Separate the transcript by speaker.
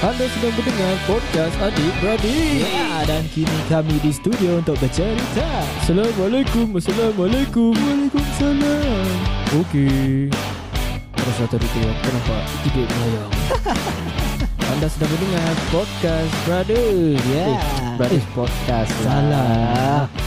Speaker 1: Anda sedang mendengar podcast Adik Beradik.
Speaker 2: Ya, dan kini kami di studio untuk bercerita.
Speaker 1: Assalamualaikum, Assalamualaikum. Waalaikumsalam. Okey. Rasa tadi tu kenapa tidak melayang. Anda sedang mendengar podcast Brothers.
Speaker 2: Ya.
Speaker 1: Eh, Brothers podcast. lah.
Speaker 2: Salah.